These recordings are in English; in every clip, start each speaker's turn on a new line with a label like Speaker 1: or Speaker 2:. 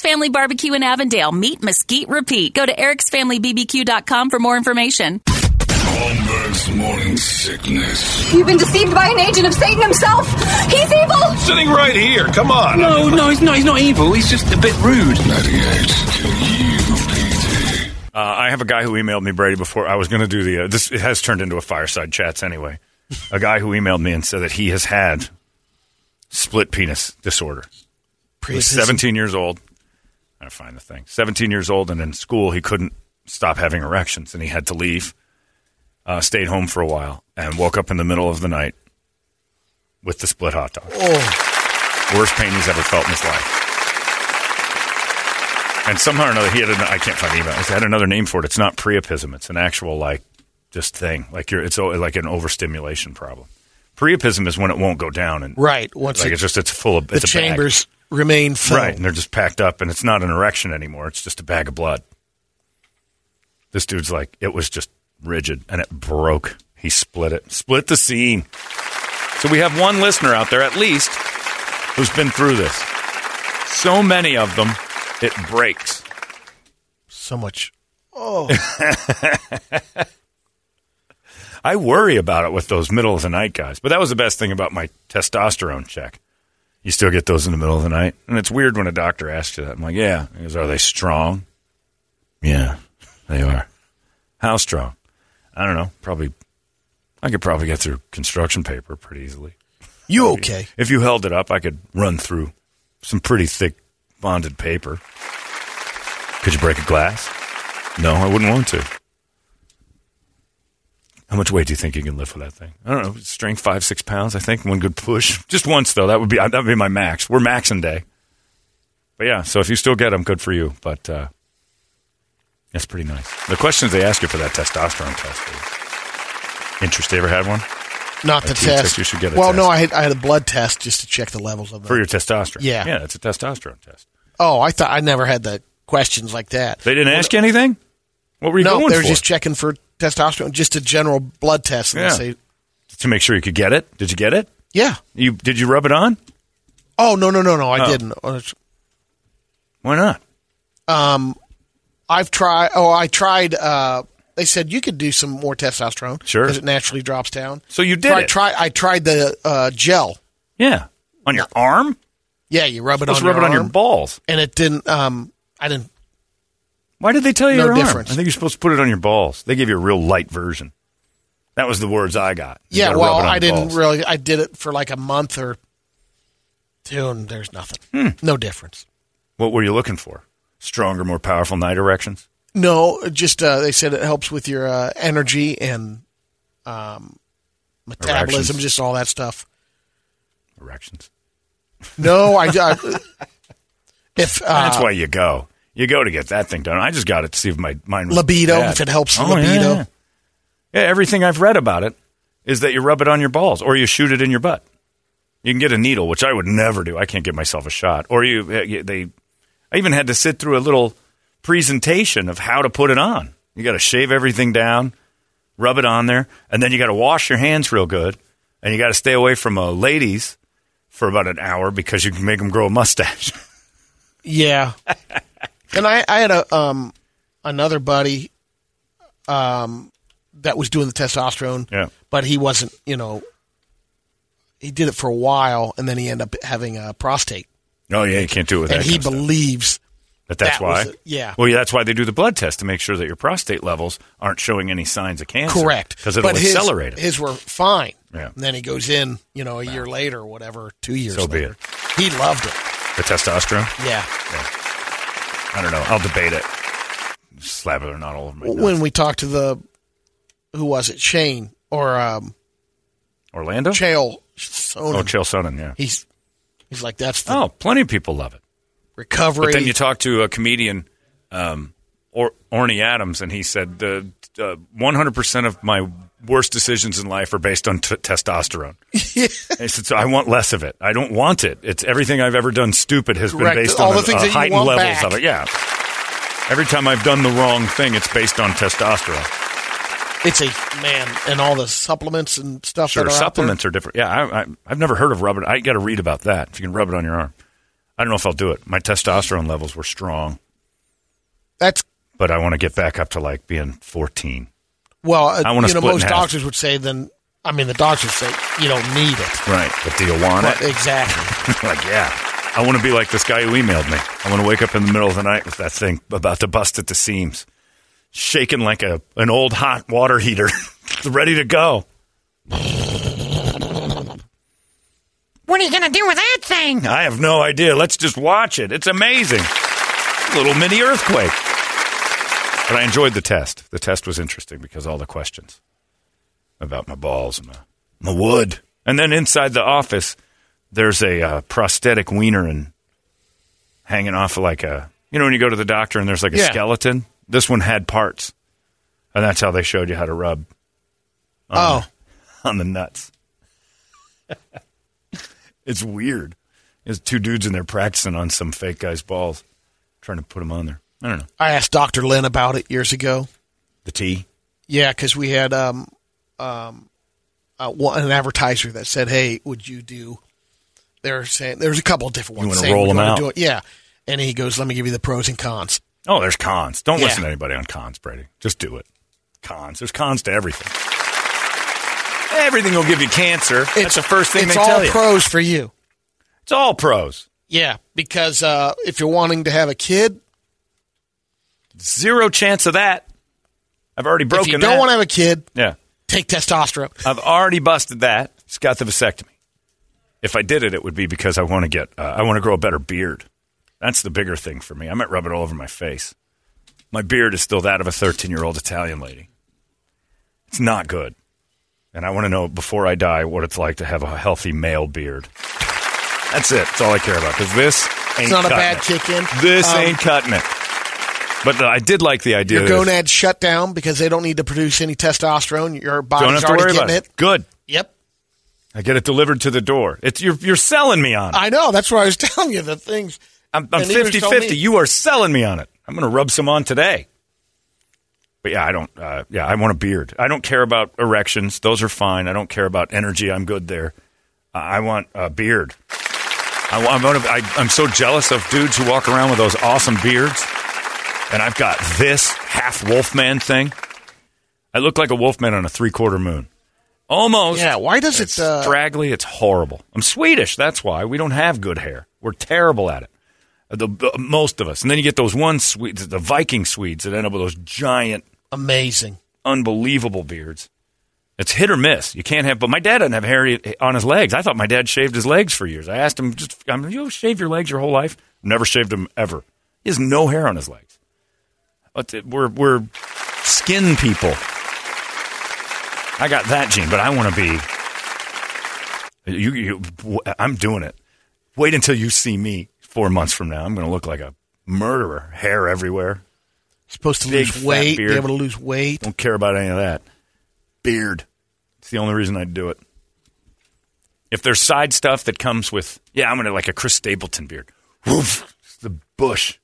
Speaker 1: Family Barbecue in Avondale. Meet Mesquite Repeat. Go to Eric'sFamilyBBQ.com for more information.
Speaker 2: Holmberg's morning sickness.
Speaker 3: You've been deceived by an agent of Satan himself. He's evil.
Speaker 2: Sitting right here. Come on.
Speaker 4: No, no, he's not. He's not evil. He's just a bit rude.
Speaker 2: 98. Kill you, PT.
Speaker 5: Uh, I have a guy who emailed me, Brady, before I was going to do the. Uh, this it has turned into a fireside chats anyway. a guy who emailed me and said that he has had split penis disorder. He was 17 years old. I find the thing. 17 years old, and in school, he couldn't stop having erections, and he had to leave. Uh, stayed home for a while, and woke up in the middle of the night with the split hot dog. Worst pain he's ever felt in his life. And somehow or another, he had. An, I can't find the email. He had another name for it. It's not priapism. It's an actual like just thing. Like you're. It's o- like an overstimulation problem. Priapism is when it won't go down, and
Speaker 6: Right. Once
Speaker 5: like
Speaker 6: it-
Speaker 5: it's just it's full of
Speaker 6: the
Speaker 5: it's a bag.
Speaker 6: chambers remain full.
Speaker 5: Right, and they're just packed up, and it's not an erection anymore. It's just a bag of blood. This dude's like, it was just rigid, and it broke. He split it, split the scene. So we have one listener out there, at least, who's been through this. So many of them, it breaks.
Speaker 6: So much.
Speaker 5: I worry about it with those middle of the night guys, but that was the best thing about my testosterone check. You still get those in the middle of the night, and it's weird when a doctor asks you that. I'm like, yeah. He goes, are they strong? Yeah, they are. How strong? I don't know. Probably, I could probably get through construction paper pretty easily.
Speaker 6: You okay?
Speaker 5: If you held it up, I could run through some pretty thick bonded paper. Could you break a glass? No, I wouldn't want to. How much weight do you think you can lift with that thing? I don't know. Strength five, six pounds. I think one good push, just once though. That would be that would be my max. We're maxing day. But yeah, so if you still get them, good for you. But uh, that's pretty nice. The questions they ask you for that testosterone test. Is, interest? You ever had one
Speaker 6: Not the
Speaker 5: If you check,
Speaker 6: test.
Speaker 5: you should get a
Speaker 6: well, no,
Speaker 5: test.
Speaker 6: I had I had a blood test just to check the levels of them.
Speaker 5: for your testosterone?
Speaker 6: Yeah.
Speaker 5: yeah, it's a testosterone test.
Speaker 6: oh, I thought I never had the questions like that.
Speaker 5: They didn't ask you anything. What were you
Speaker 6: no,
Speaker 5: going
Speaker 6: they're
Speaker 5: for?
Speaker 6: just checking for testosterone, just a general blood test. And
Speaker 5: Yeah.
Speaker 6: they say,
Speaker 5: to make sure you could get it. Did you get it?
Speaker 6: yeah.
Speaker 5: You did you rub it on?
Speaker 6: Oh no no no no, I
Speaker 5: Oh.
Speaker 6: didn't. Oh, it's-
Speaker 5: Why not?
Speaker 6: I've tried. Oh, I tried. Uh, they said you could do some more testosterone.
Speaker 5: Sure.
Speaker 6: because it naturally drops down.
Speaker 5: So you did
Speaker 6: I
Speaker 5: it.
Speaker 6: tried. I tried the uh, gel.
Speaker 5: Yeah, on your arm.
Speaker 6: Yeah, you rub it
Speaker 5: Let's
Speaker 6: on.
Speaker 5: rub
Speaker 6: your
Speaker 5: it on your
Speaker 6: arm,
Speaker 5: balls.
Speaker 6: and it didn't. Um, I didn't.
Speaker 5: Why did they tell you
Speaker 6: No
Speaker 5: your
Speaker 6: difference.
Speaker 5: arm? I think you're supposed to put it on your balls. They gave you a real light version. That was the words I got. You
Speaker 6: Yeah,
Speaker 5: gotta
Speaker 6: well,
Speaker 5: rub it on
Speaker 6: I
Speaker 5: your
Speaker 6: didn't
Speaker 5: balls.
Speaker 6: really. I did it for like a month or two, and there's nothing.
Speaker 5: Hmm.
Speaker 6: No difference.
Speaker 5: What were you looking for? Stronger, more powerful night erections.
Speaker 6: No, just uh, they said it helps with your uh, energy and um, metabolism,
Speaker 5: Erections.
Speaker 6: just all that stuff.
Speaker 5: Erections.
Speaker 6: No, I. I if uh,
Speaker 5: That's why you go. You go to get that thing done. I just got it to see if my mind was
Speaker 6: Libido,
Speaker 5: bad. Oh,
Speaker 6: if it helps the
Speaker 5: yeah,
Speaker 6: libido.
Speaker 5: Yeah, Yeah, everything I've read about it is that you rub it on your balls or you shoot it in your butt. You can get a needle, which I would never do. I can't give myself a shot. Or you, eh, you- they, I even had to sit through a little presentation of how to put it on. You got to shave everything down, rub it on there, and then you got to wash your hands real good, and you got to stay away from uh, ladies for about an hour because you can make them grow a mustache.
Speaker 6: Yeah. and I, I had a um another buddy um that was doing the testosterone.
Speaker 5: Yeah.
Speaker 6: But he wasn't, you know he did it for a while and then he ended up having a prostate.
Speaker 5: oh yeah, you can't do it with
Speaker 6: And
Speaker 5: that.
Speaker 6: he
Speaker 5: kind of stuff.
Speaker 6: believes
Speaker 5: That that's
Speaker 6: That
Speaker 5: why.
Speaker 6: was it, yeah.
Speaker 5: Well, yeah, that's why they do the blood test to make sure that your prostate levels aren't showing any signs of cancer.
Speaker 6: correct.
Speaker 5: Because it'll
Speaker 6: but his,
Speaker 5: accelerate it.
Speaker 6: His were fine.
Speaker 5: Yeah.
Speaker 6: And then he goes in, you know, a year later or whatever, two years
Speaker 5: So be
Speaker 6: later. He loved it.
Speaker 5: the testosterone.
Speaker 6: Yeah.
Speaker 5: I don't know. I'll debate it. Slap it or not all over my
Speaker 6: When
Speaker 5: nuts.
Speaker 6: we talked to the, who was it? Shane or um,
Speaker 5: Orlando?
Speaker 6: Chael
Speaker 5: oh,
Speaker 6: Sonnen.
Speaker 5: Chael Sonnen, yeah.
Speaker 6: he's, he's like, that's the
Speaker 5: Oh, plenty of people love it.
Speaker 6: recovery.
Speaker 5: But then you talk to a comedian, um, or- Orny Adams, and he said the uh, 100% of my worst decisions in life are based on t- testosterone. And he said, so I want less of it. I don't want it. It's everything I've ever done stupid has
Speaker 6: Correct.
Speaker 5: been based
Speaker 6: All
Speaker 5: on
Speaker 6: the
Speaker 5: a-
Speaker 6: things
Speaker 5: a
Speaker 6: that you
Speaker 5: heightened
Speaker 6: want
Speaker 5: levels
Speaker 6: back.
Speaker 5: of it. Yeah. Every time I've done the wrong thing, it's based on testosterone.
Speaker 6: it's a, man, and all the supplements and stuff
Speaker 5: Sure,
Speaker 6: that are out there.
Speaker 5: supplements are different. Yeah, I, I, I've never heard of rubbing. I got to read about that. If you can rub it on your arm, I don't know if I'll do it. My testosterone levels were strong,
Speaker 6: That's,
Speaker 5: but I want to get back up to like being 14.
Speaker 6: well, uh,
Speaker 5: I wanna
Speaker 6: you know,
Speaker 5: split in
Speaker 6: most
Speaker 5: half.
Speaker 6: doctors would say then, I mean, the doctors say you don't need it.
Speaker 5: Right. But do you want
Speaker 6: But
Speaker 5: it?
Speaker 6: exactly.
Speaker 5: like, yeah. I want to be like this guy who emailed me. I want to wake up in the middle of the night with that thing about to bust at the seams, shaking like a an old hot water heater, ready to go.
Speaker 7: What are you gonna do with that thing?
Speaker 5: I have no idea. Let's just watch it. It's amazing. Little mini earthquake. But I enjoyed the test. The test was interesting because all the questions about my balls and my, my wood. And then inside the office, there's a uh, prosthetic wiener and hanging off of like a, you know, when you go to the doctor and there's like a
Speaker 6: Yeah.
Speaker 5: skeleton? This one had parts. And that's how they showed you how to rub Uh-huh.
Speaker 6: Oh,
Speaker 5: on the nuts. it's weird. There's two dudes in there practicing on some fake guy's balls, trying to put them on there. I don't know.
Speaker 6: I asked Dr. Lynn about it years ago.
Speaker 5: The T.
Speaker 6: Yeah, because we had um, um, uh, one, an advertiser that said, "Hey, would you do?" They're saying there's a couple of different
Speaker 5: You
Speaker 6: ones.
Speaker 5: wanna
Speaker 6: saying,
Speaker 5: roll
Speaker 6: "Would you
Speaker 5: them
Speaker 6: wanna
Speaker 5: out?"
Speaker 6: do it?" Yeah, and he goes, "Let me give you the pros and cons."
Speaker 5: Oh, there's cons. Don't
Speaker 6: Yeah.
Speaker 5: listen to anybody on cons, Brady. Just do it. Cons. There's cons to everything. Everything will give you cancer. That's the first thing
Speaker 6: it's
Speaker 5: they
Speaker 6: all
Speaker 5: tell you.
Speaker 6: pros for you.
Speaker 5: it's all pros.
Speaker 6: Yeah, because uh, if you're wanting to have a kid,
Speaker 5: Zero chance of that. I've already broken
Speaker 6: if you don't
Speaker 5: that.
Speaker 6: want to have a kid,
Speaker 5: yeah.
Speaker 6: take testosterone.
Speaker 5: I've already busted that. It's got the vasectomy. If I did it, it would be because I want to get, uh, I want to grow a better beard. That's the bigger thing for me. I might rub it all over my face. My beard is still that of a 13 year old Italian lady. It's not good. And I want to know before I die what it's like to have a healthy male beard. That's it. That's all I care about because this ain't
Speaker 6: It's not a
Speaker 5: cutting
Speaker 6: bad
Speaker 5: it.
Speaker 6: kick in.
Speaker 5: This
Speaker 6: Um,
Speaker 5: ain't cutting it. But uh, I did like the idea.
Speaker 6: Your
Speaker 5: that if-
Speaker 6: gonads shut down because they don't need to produce any testosterone. Your
Speaker 5: don't
Speaker 6: body's
Speaker 5: have to
Speaker 6: already
Speaker 5: worry
Speaker 6: getting
Speaker 5: about
Speaker 6: it.
Speaker 5: it. Good.
Speaker 6: Yep,
Speaker 5: I get it delivered to the door. It's you're you're selling me on it.
Speaker 6: I know. That's why I was telling you the things.
Speaker 5: I'm, I'm
Speaker 6: Ah, And even
Speaker 5: 50
Speaker 6: so
Speaker 5: 50.
Speaker 6: me.
Speaker 5: You are selling me on it. I'm going to rub some on today. But yeah, I don't. Uh, yeah, I want a beard. I don't care about erections. Those are fine. I don't care about energy. I'm good there. Uh, I want a beard. I, wa- I'm, gonna, I, I'm so jealous of dudes who walk around with those awesome beards. And I've got this half wolfman thing. I look like a wolfman on a three quarter moon. Almost.
Speaker 6: Yeah, why does
Speaker 5: It's
Speaker 6: it? Uh,
Speaker 5: straggly. It's horrible. I'm Swedish. That's why we don't have good hair. We're terrible at it. The, the- most of us. And then you get those one Swedes, the Viking Swedes, that end up with those giant,
Speaker 6: amazing.
Speaker 5: unbelievable beards. It's hit or miss. You can't have. But my dad doesn't have hair on his legs. I thought my dad shaved his legs for years. I asked him, "Just I'm, you shave your legs your whole life?" Never shaved them ever. He has no hair on his legs. But th- we're we're skin people. I got that gene, but I want to be. You, you, I'm doing it. Wait until you see me four months from now. I'm going to look like a murderer. Hair everywhere.
Speaker 6: Supposed to
Speaker 5: Big
Speaker 6: lose
Speaker 5: fat
Speaker 6: weight,
Speaker 5: beard.
Speaker 6: be able to lose weight.
Speaker 5: Don't care about any of that. Beard. It's the only reason I'd do it. If there's side stuff that comes with, yeah, I'm gonna like a Chris Stapleton beard. Woof, It's the bush.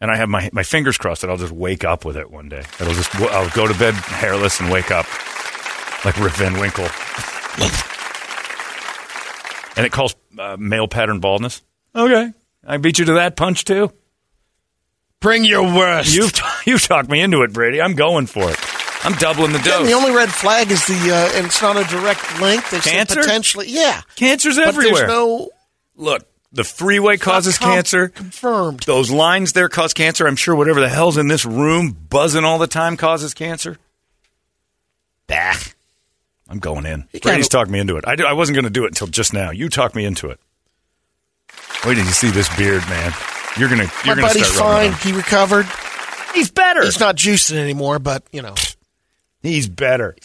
Speaker 5: And I have my my fingers crossed that I'll just wake up with it one day. It'll just I'll go to bed hairless and wake up like Rip Van Winkle. and it calls uh, male pattern baldness. Okay, I beat you to that punch too.
Speaker 6: Bring your worst.
Speaker 5: You've you've talked me into it, Brady. I'm going for it. I'm doubling the
Speaker 6: And
Speaker 5: dose.
Speaker 6: the only red flag is the, uh, and it's not a direct link. They said
Speaker 5: Cancer?
Speaker 6: potentially, yeah.
Speaker 5: Cancer's
Speaker 6: But
Speaker 5: everywhere.
Speaker 6: there's no
Speaker 5: Look, the freeway causes
Speaker 6: com-
Speaker 5: cancer.
Speaker 6: confirmed.
Speaker 5: Those lines there cause cancer. I'm sure whatever the hell's in this room buzzing all the time causes cancer. Bah. I'm going in. Brady's talked me into it. I, do, I wasn't going to do it until just now. You talked me into it. Wait till you see this beard, man. You're gonna. You're
Speaker 6: My
Speaker 5: gonna
Speaker 6: buddy's
Speaker 5: start rubbing
Speaker 6: fine.
Speaker 5: it
Speaker 6: He recovered.
Speaker 5: in. He's better.
Speaker 6: He's not juicing anymore, but you know,
Speaker 5: He's better.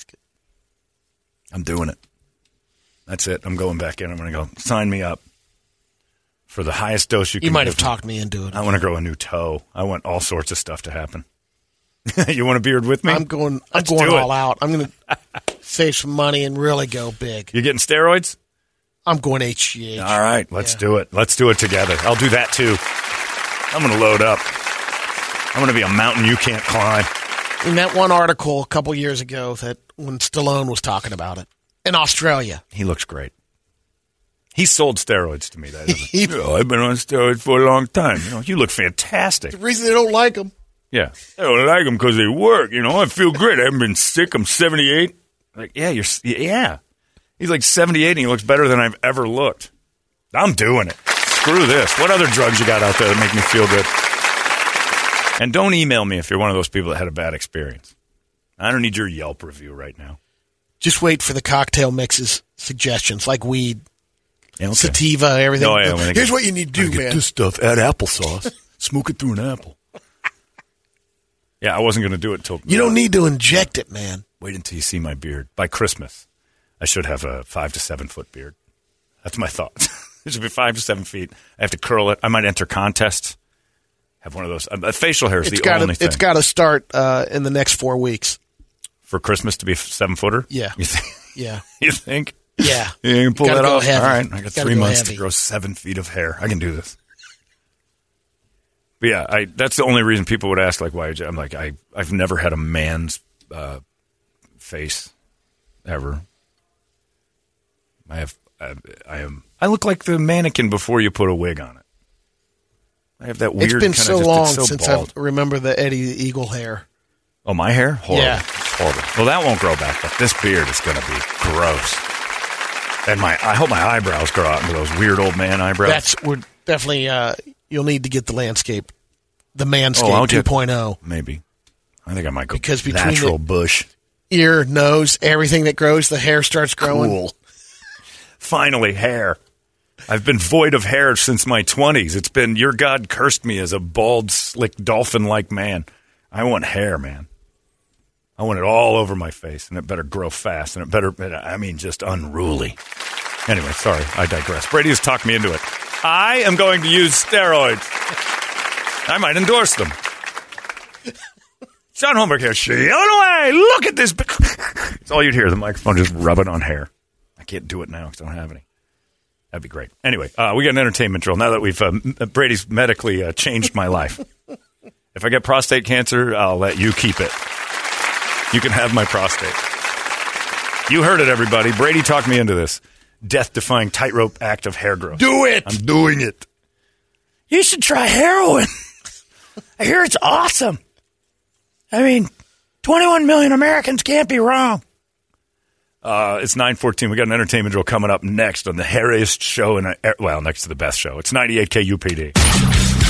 Speaker 5: I'm doing it. That's it. I'm going back in. I'm going to go sign me up for the highest dose you can.
Speaker 6: you might have
Speaker 5: give me.
Speaker 6: talked me into it.
Speaker 5: I want to grow a new toe. I want all sorts of stuff to happen. you want a beard with me?
Speaker 6: I'm going. I'm
Speaker 5: Let's
Speaker 6: going
Speaker 5: do it.
Speaker 6: all out. I'm going to save some money and really go big.
Speaker 5: You're getting steroids?
Speaker 6: I'm going HGH.
Speaker 5: All right, let's do it. Let's do it together. I'll do that too. I'm going to load up. I'm going to be a mountain you can't climb.
Speaker 6: In that one article a couple years ago, that when Stallone was talking about it in Australia,
Speaker 5: He looks great. He sold steroids to me. That is. You know, Oh, I've been on steroids for a long time. You know, you look fantastic.
Speaker 6: the reason they don't like him.
Speaker 5: Yeah. I don't like them because they work. You know, I feel great. I haven't been sick. I'm 78. Like, yeah, you're, s- yeah. He's like 78 and he looks better than I've ever looked. I'm doing it. Screw this. What other drugs you got out there that make me feel good? And don't email me if you're one of those people that had a bad experience. I don't need your Yelp review right now.
Speaker 6: Just wait for the cocktail mixes suggestions, like weed,
Speaker 5: Yeah, okay.
Speaker 6: sativa, everything.
Speaker 5: No, yeah, when they
Speaker 6: Here's
Speaker 5: get-
Speaker 6: what you need to do, man.
Speaker 5: stuff. Add applesauce. Smoke it through an apple. Yeah, I wasn't going to do it till
Speaker 6: You don't need to inject it, man.
Speaker 5: Wait until you see my beard. By Christmas, I should have a five to seven foot beard. That's my thought. it should be five to seven feet. I have to curl it. I might enter contests. Have one of those. Uh, facial hair is
Speaker 6: It's
Speaker 5: the
Speaker 6: got
Speaker 5: only
Speaker 6: to.
Speaker 5: thing
Speaker 6: It's got to start uh, in the next four weeks.
Speaker 5: for Christmas to be seven footer.
Speaker 6: Yeah.
Speaker 5: you think?
Speaker 6: Yeah,
Speaker 5: You think?
Speaker 6: yeah.
Speaker 5: You can pull
Speaker 6: Gotta
Speaker 5: that
Speaker 6: go
Speaker 5: off.
Speaker 6: heavy.
Speaker 5: All right, I got
Speaker 6: Gotta
Speaker 5: three
Speaker 6: go
Speaker 5: months
Speaker 6: heavy.
Speaker 5: to grow seven feet of hair. I can do this. But yeah, I, that's the only reason people would ask, like, why? Did you? I'm like, I, I've never had a man's uh, face ever. I have, I, I am. I look like the mannequin before you put a wig on it. I have that weird.
Speaker 6: it's been
Speaker 5: kinda
Speaker 6: so
Speaker 5: just- it's
Speaker 6: long
Speaker 5: so
Speaker 6: since
Speaker 5: bald.
Speaker 6: I remember the Eddie the Eagle hair.
Speaker 5: Oh, my hair? Horrible.
Speaker 6: Yeah.
Speaker 5: Horrible. Well, that won't grow back, but this beard is going to be gross. And my, I hope my eyebrows grow out into those weird old man eyebrows.
Speaker 6: That's we're definitely. Uh, you'll need to get the landscape, the manscape
Speaker 5: Oh, I'll get-
Speaker 6: 2.0
Speaker 5: Maybe. I think I might go
Speaker 6: Because between
Speaker 5: natural
Speaker 6: the-
Speaker 5: bush.
Speaker 6: ear, nose, everything that grows, the hair starts growing.
Speaker 5: Cool. Finally, hair. I've been void of hair since my 20s. It's been your God cursed me as a bald, slick, dolphin like man. I want hair, man. I want it all over my face, and it better grow fast, and it better, I mean, just unruly. Anyway, sorry, I digress. Brady has talked me into it. I am going to use steroids. I might endorse them. John Holmberg here. She away. Look at this. It's all you'd hear. The microphone just rubbing on hair. I can't do it now because I don't have any. That'd be great. Anyway, uh, we got an entertainment drill. Now that we've uh, m- uh, Brady's medically uh, changed my life. if I get prostate cancer, I'll let you keep it. You can have my prostate. You heard it, everybody. Brady talked me into this death-defying tightrope act of hair growth.
Speaker 6: Do it.
Speaker 5: I'm doing it. You should try heroin. I hear it's awesome. I mean, 21 million Americans can't be wrong. Uh, it's 914. We got an entertainment drill coming up next on the hairiest show in, er, well, next to the best show. It's 98 KUPD.